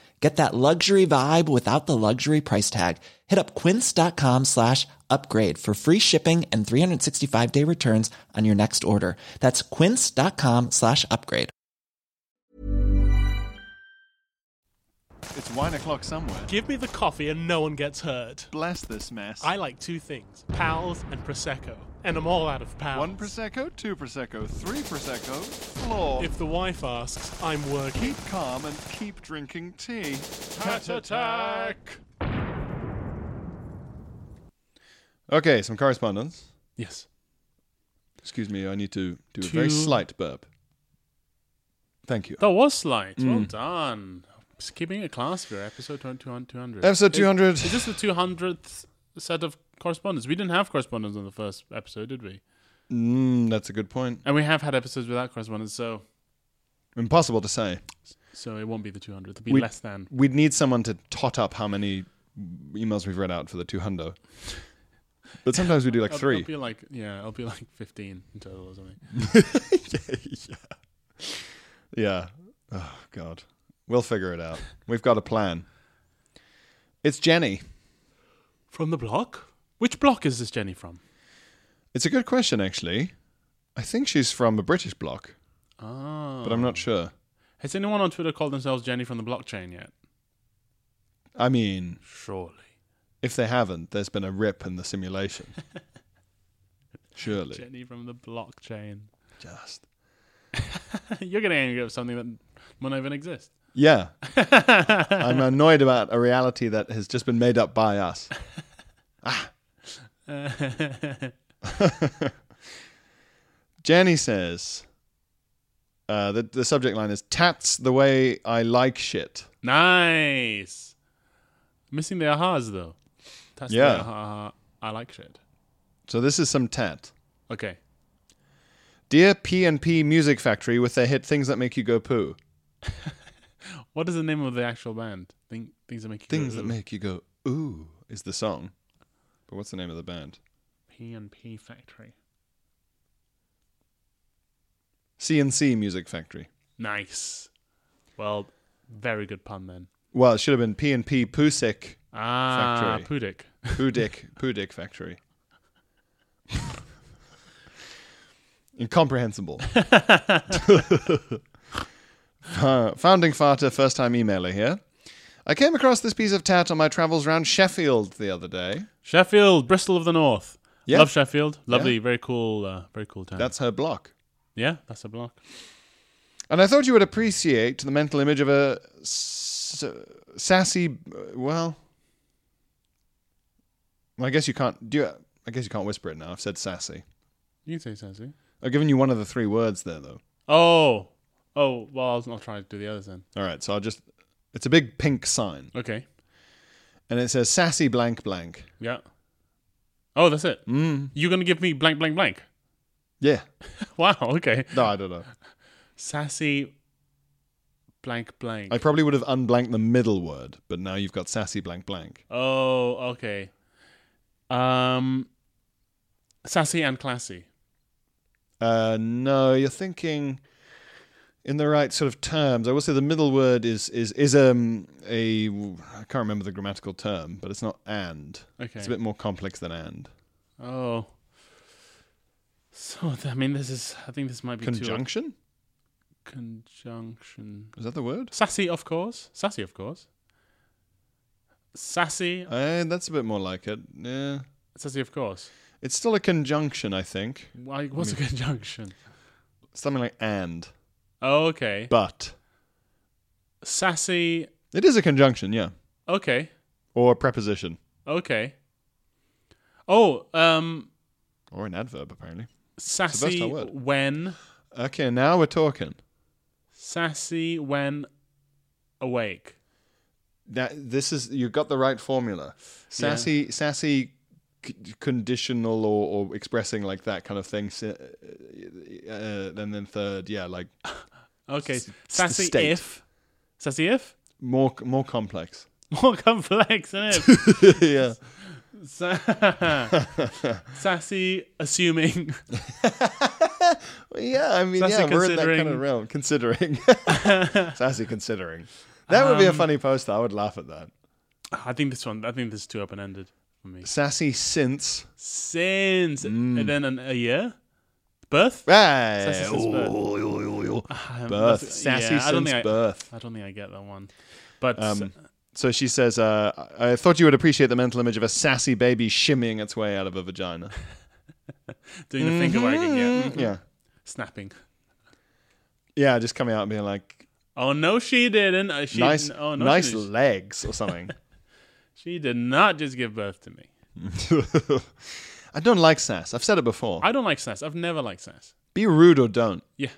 Get that luxury vibe without the luxury price tag. Hit up quince.com slash upgrade for free shipping and 365 day returns on your next order. That's quince.com slash upgrade. It's wine o'clock somewhere. Give me the coffee and no one gets hurt. Bless this mess. I like two things pals and Prosecco. And I'm all out of pals. One prosecco, two prosecco, three prosecco. Floor. If the wife asks, I'm working. keep calm and keep drinking tea. Cat attack. Okay, some correspondence. Yes. Excuse me, I need to do a very Two. slight burp. Thank you. That was slight. Mm. Well done. Just keeping it class for episode 200. Episode Is- 200. Is, this the 200th set of correspondence? We didn't have correspondence on the first episode, did we? Mm, that's a good point. And we have had episodes without correspondence, so Impossible to say. so it won't be the 200th. It'll be We- less than. We'd need someone to tot up how many emails we've read out for the 200. But sometimes we do like It'll- three. It'll be like, yeah, it'll be like 15 in total or something. Yeah. Oh, God. We'll figure it out. We've got a plan. It's Jenny. From the block? Which block is this Jenny from? It's a good question, actually. I think she's from a British bloc, Ah. but I'm not sure. Has anyone on Twitter called themselves Jenny from the blockchain yet? I mean, Surely. if they haven't, there's been a rip in the simulation. Surely. Jenny from the blockchain. Just. You're getting angry at something that might not even exist. Yeah. I'm annoyed about a reality that has just been made up by us. Jenny says uh, the, the subject line is Tats the way I like shit. nice. Missing the ahas though. That's Yeah. The aha, I like shit. So this is some tat. Okay. Dear P&P Music Factory with their hit Things That Make You Go Poo. What is the name of the actual band? Thing, things that make you Things go, That Make You Go Ooh is the song. But what's the name of the band? P and P Factory. C&C Music Factory. Nice. Well, very good pun then. Well, it should have been P&P Pusik Ah, Pudik. Poo Dick, Poo Dick Factory. Incomprehensible. Uh, founding farter, first time emailer here. I came across this piece of tat on my travels round Sheffield the other day. Sheffield, Bristol of the North. Yeah. Love Sheffield. Lovely, very cool, uh, very cool town. That's her block. yeah, that's a block. And I thought you would appreciate the mental image of a s- sassy. uh, Well, I guess you can't do. You, I guess you can't whisper it now. I've said sassy. You can say sassy. I've given you one of the three words there, though. Oh, oh. Well, I'll, I'll try to do the others then. All right, so I'll just. It's a big pink sign, Okay. and it says sassy blank blank. Yeah. Oh, that's it. Mm. You're gonna give me blank, blank, blank. Yeah. Wow. Okay. No, I don't know. Sassy. Blank, blank. I probably would have unblanked the middle word, but now you've got sassy blank blank. oh, okay. Um, sassy and classy. Uh, no, you're thinking in the right sort of terms. I will say the middle word is is is um a I can't remember the grammatical term, but it's not and. Okay. It's a bit more complex than and. Oh. So th- I mean, this is. I think this might be too Conjunction conjunction. is that the word? Sassy, of course. Sassy, of course. Sassy, Uh, that's a bit more like it. Yeah, sassy, of course. it's still a conjunction, I think. Why? What's a conjunction? Something like and, Oh, okay. but Sassy. it is a conjunction, yeah, Okay. or a preposition Okay. Oh, um, or an adverb apparently. sassy versatile word. when Okay, now we're talking. sassy when awake. that this is you got the right formula sassy sassy c- conditional or, or expressing like that kind of thing S- uh, and then third yeah like Okay, the sassy state. if sassy if more more complex more complex isn't it? yeah Sa- sassy assuming yeah i mean Sassy yeah we're in that kind considering. of realm considering Um, sassy considering that would be a funny poster i would laugh at that I think this one I think this is too open ended for me. sassy since Since Mm. and then an, a year birth. hey, Sassy since ooh, birth. ooh, ooh, ooh, ooh. Um, birth that's- sassy yeah, I don't since think I- birth I don't think I get that one. But Um, So she says, uh, I I thought you would appreciate the mental image of a sassy baby shimmying its way out of a vagina. doing the finger wagging, yeah, mhm, mm-hmm, yeah. snapping. Yeah, just coming out and being like, Oh no, she didn't. Uh, she nice, oh, no, nice she, didn't. legs or something. she did not just give birth to me. I don't like sass. I've said it before. I don't like sass. I've never liked sass. Be rude or don't. Yeah,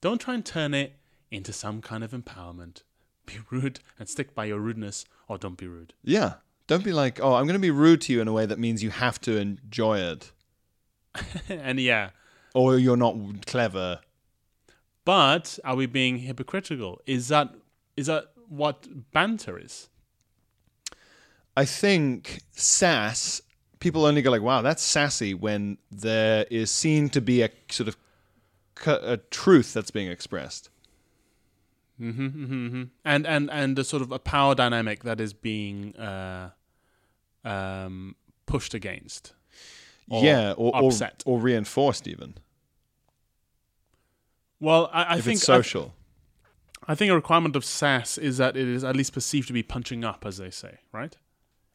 don't try and turn it into some kind of empowerment. Be rude and stick by your rudeness, or don't be rude. Yeah. Don't be like, oh, I'm going to be rude to you in a way that means you have to enjoy it and yeah, or you're not clever. but are we being hypocritical? Is that is that what banter is? I think sass, people only go like, wow, that's sassy when there is seen to be a sort of cu- a truth that's being expressed. Mm-hmm, And and and the sort of a power dynamic that is being uh, um, pushed against. or yeah, or, or upset. or reinforced even Well, I, I if think it's I- social. I think a requirement of sass is that it is at least perceived to be punching up, as they say, right?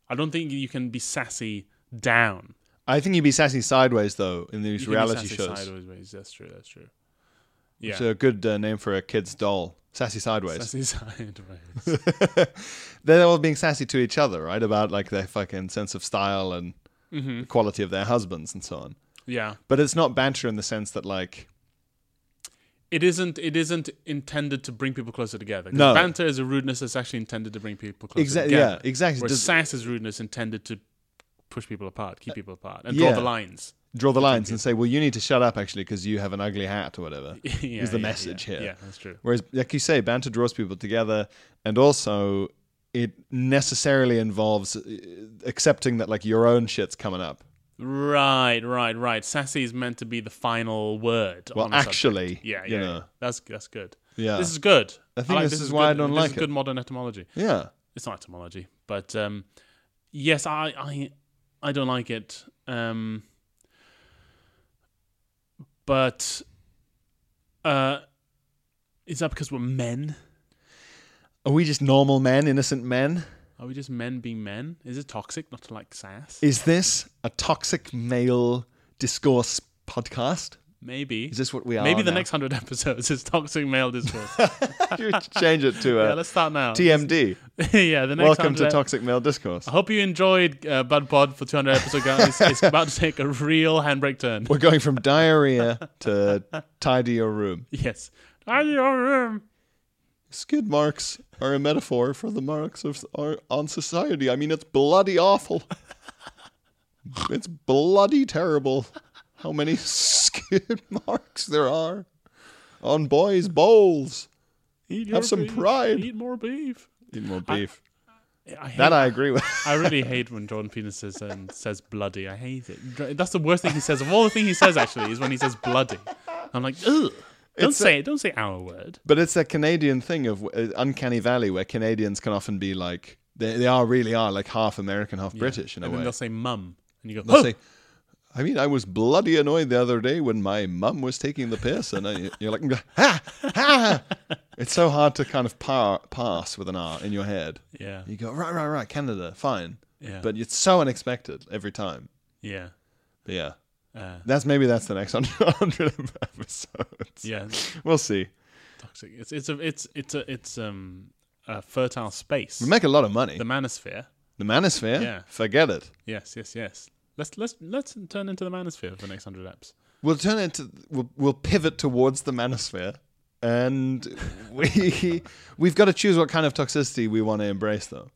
I don't think you can be sassy down. I, think you'd be sassy sideways though in these You can be reality sassy shows. Sideways, ways. That's true. That's true. Yeah. It's a good uh, name for a kid's doll. Sassy sideways. sassy sideways. They're all being sassy to each other, right? About like their fucking sense of style and Mm-hmm. the quality of their husbands and so on. yeah. But it's not banter in the sense that like It isn't. It isn't intended to bring people closer together. 'Cause No. banter is a rudeness that's actually intended to bring people closer Exactly, together. yeah, exactly. Whereas Does- sass is rudeness intended to push people apart, keep people apart, and yeah. draw the lines. draw the lines and say, "Well, you need to shut up actually because you have an ugly hat or whatever." Yeah, is the yeah, message yeah. here. Yeah, that's true. Whereas, like you say, banter draws people together, and also it necessarily involves uh, accepting that like your own shit's coming up. Right, right, right. Sassy is meant to be the final word. Well, on a subject. actually, yeah, you yeah, know. yeah. that's that's good. Yeah. this is good. I think this is why I good. don't this like is it. Good modern etymology. Yeah, It's not etymology, but um, yes, I, I I don't like it. Um, but uh, is that because we're men? are we just normal men, innocent men? Are we just men being men? Is it toxic not to like sass? Is this a toxic male discourse podcast? Maybe. Is this what we are? Maybe the now? next hundred episodes is toxic male discourse. You change it to yeah, uh, let's start now. TMD. yeah, the next Welcome to 100 Toxic Male Discourse. I hope you enjoyed uh, Bud Pod for 200 episodes. It's, it's about to take a real handbrake turn. We're going from diarrhea to tidy your room. Yes. Out of your room. Skid marks are a metaphor for the marks of are on society. I mean, it's bloody awful. it's bloody terrible how many skid marks there are on boys' bowls. Eat Have your some beef. pride. Eat more beef. Eat more beef. I hate, That I agree with. I really hate when Jordan Peterson says, um, says bloody. I hate it. Dr- That's the worst thing he says. Of all the things he says, actually, is when he says bloody. I'm like, ugh. Don't say it. Don't say our word. But it's that Canadian thing of uh, uncanny valley where Canadians can often be like they, they are really are like half American, half British in a and then way. they'll say mum. And you go, They'll oh, say, I mean, I was bloody annoyed the other day when my mum was taking the piss, and I, you're like, ha, ha. It's so hard to kind of par, pass with an R in your head. yeah. You go right, right, right, Canada, fine. Yeah. But it's so unexpected every time. Yeah. But yeah, Uh, that's maybe that's the next hundred episodes. yeah. it's We'll see. Toxic. It's, it's, a, it's, it's, a, it's um, a fertile space. We make a lot of money. the manosphere. The manosphere, Yeah. forget it. Yes, yes, yes. Let's let's let's turn into the manosphere for the next hundred apps. We'll turn it to we'll, we'll pivot towards the manosphere, and we we've got to choose what kind of toxicity we want to embrace, though.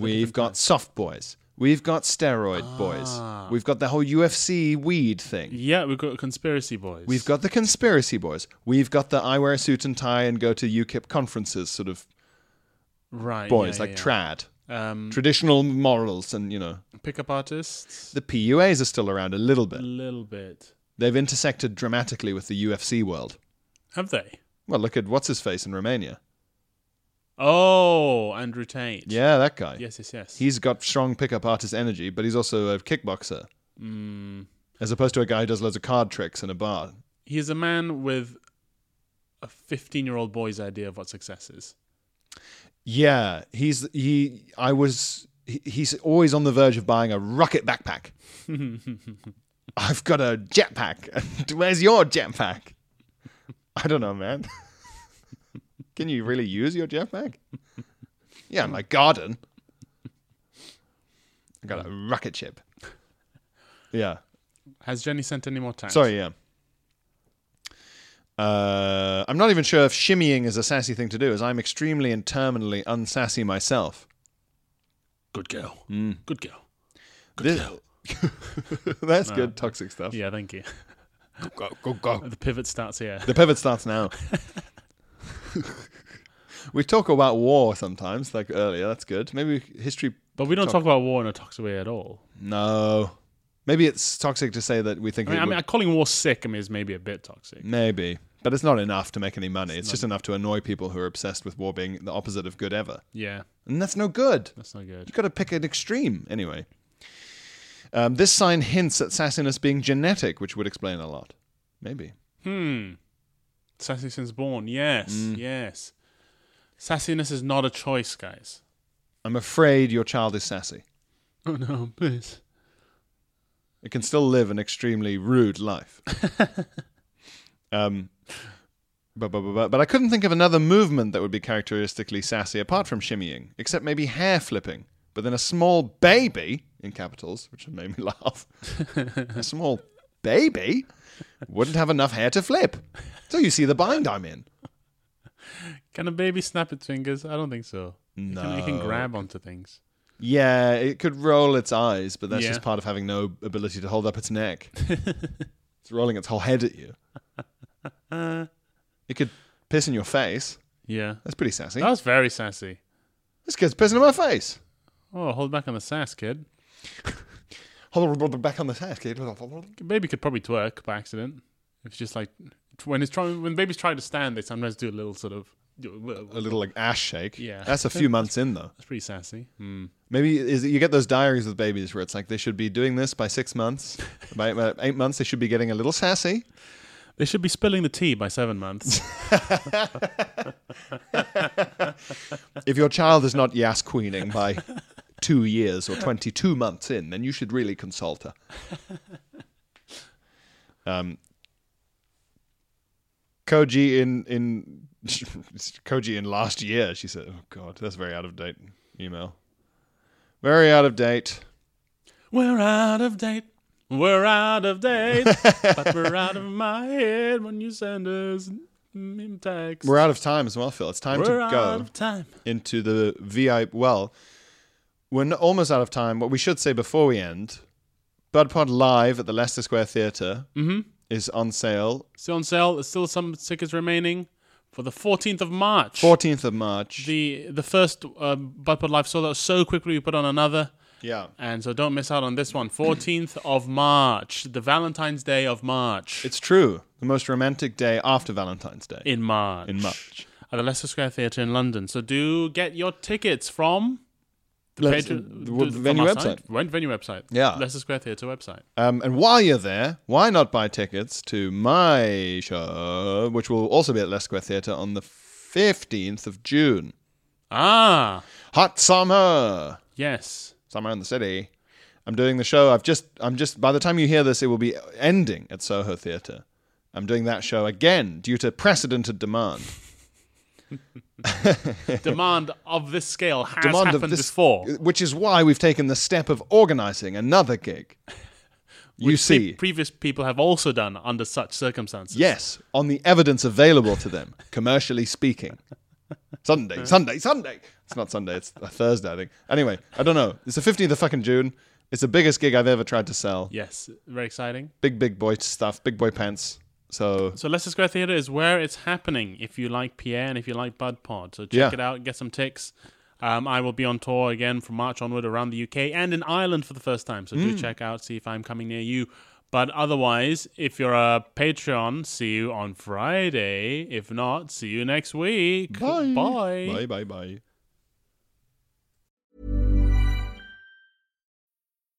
We've got soft boys. We've got steroid Ah. boys. We've got the whole UFC weed thing. Yeah, we've got conspiracy boys. We've got the conspiracy boys. We've got the I wear a suit and tie and go to UKIP conferences sort of right boys, yeah, like yeah, trad, yeah. um, traditional morals, and you know pickup artists. the PUAs are still around a little a bit. little bit. They've intersected dramatically with the UFC world. Have they? Well, look at what's his face in Romania. Oh, Andrew Tate. Yeah, that guy. Yes, yes, yes. He's got strong pickup artist energy, but he's also a kickboxer. Mm. As opposed to a guy who does loads of card tricks in a bar. he's a man with a fifteen-year-old boy's idea of what success is. Yeah, he's he. I was. He, he's always on the verge of buying a rocket backpack. I've got a jetpack. Where's your jetpack? I don't know, man. Can you really use your jetpack? Yeah, in my garden. I got a rocket ship. Yeah. Has Jenny sent any more tags? Sorry, yeah. Uh, I'm not even sure if shimmying is a sassy thing to do, as I'm extremely and terminally unsassy myself. Hmm. Good girl. Good girl. This- That's good toxic stuff. Yeah, thank you. Go, go, go. The pivot starts here. The pivot starts now. we talk about war sometimes, like earlier. That's good. Maybe history. But we don't talk about war in a toxic way at all. No. Maybe it's toxic to say that we think. I mean, it I mean, would- calling war sick I mean, is maybe a bit toxic. maybe, but it's not enough to make any money. It's just enough to annoy people who are obsessed with war being the opposite of good ever, Yeah, and that's no good. that's not good. You've got to pick an extreme anyway. Um, this sign hints at sassiness being genetic, which would explain a lot. Maybe. Sassy since Hmm. born. Yes, yes. Sassiness is not a choice, guys. I'm afraid your child is sassy. Oh no, please. It can still live an extremely rude life. um, but, but, but, but, but I couldn't think of another movement that would be characteristically sassy apart from shimmying, except maybe hair flipping. But then a small baby, in capitals, which made me laugh, a small baby wouldn't have enough hair to flip. So you see the bind I'm in. Can a baby snap its fingers? I don't think so. No. It can, it can grab onto things. Yeah, it could roll its eyes, but that's Yeah. just part of having no ability to hold up its neck. it's rolling its whole head at you. it could piss in your face. Yeah. That's pretty sassy. That was very sassy. This kid's pissing in my face. Oh, hold back on the sass, kid. Hold on, back on the head, kid. Baby could probably twerk by accident. It's just like when it's trying when babies try to stand, they sometimes do a little sort of. A little like ash shake. Yeah. That's a few months in though. That's pretty sassy. Hmm. Maybe is you get those diaries with babies where it's like they should be doing this by six months, by by eight months they should be getting a little sassy. They should be spilling the tea by seven months. If your child is not yas queening by two years or 22 months in, then you should really consult her. Um, Koji in in Koji in last year, she said, "Oh God, that's very out of date email. Very out of date. We're out of date. We're out of date. but we're out of my head when you send us meme text. We're out of time as well, Phil. It's time We're to out go." of time. into the VI. Well, we're n- almost out of time. What we should say before we end, BudPod Live at the Leicester Square theater is on sale. Still on sale. There's still some tickets remaining for the 14th of March. 14th of March. the the first uh, Budpod Live sold out so quickly. We put on another, yeah. and so don't miss out on this one. 14th of March, the Valentine's Day of March. It's true. The most romantic day after Valentine's Day. in March. In March. At the Leicester Square Theatre in London. So do get your tickets from the, Leic- patron- the w- from venue our website. site. Wen- venue website. Yeah. Leicester Square Theatre website. Um, and while you're there, why not buy tickets to my show, which will also be at Leicester Square Theatre on the 15th of June. Ah, Hot summer! yes. Summer in the city. I'm doing the show. I've just, I'm just, by the time you hear this, it will be ending at Soho Theatre. I'm doing that show again due to precedented demand. Demand of this scale has Demand happened of this, before. Which is why we've taken the step of organizing another gig. you which pre- see. previous people have also done under such circumstances. Yes, on the evidence available to them, commercially speaking. Uh-huh. Sunday, Sunday, Sunday. It's not Sunday, it's a Thursday, I think. Anyway, I don't know. It's the 15th of fucking June. It's the biggest gig I've ever tried to sell. Yes. Very exciting. Big, big boy stuff, big boy pants. So, So Leicester Square Theatre is where it's happening. If you like Pierre and if you like Bud Pod, so check Yeah. it out. Get some ticks. Um, I will be on tour again from March onward around the UK and in Ireland for the first time. So Mm. do check out, see if I'm coming near you. But otherwise, if you're a Patreon, see you on Friday. If not, see you next week. bye. Bye. Bye, bye, bye.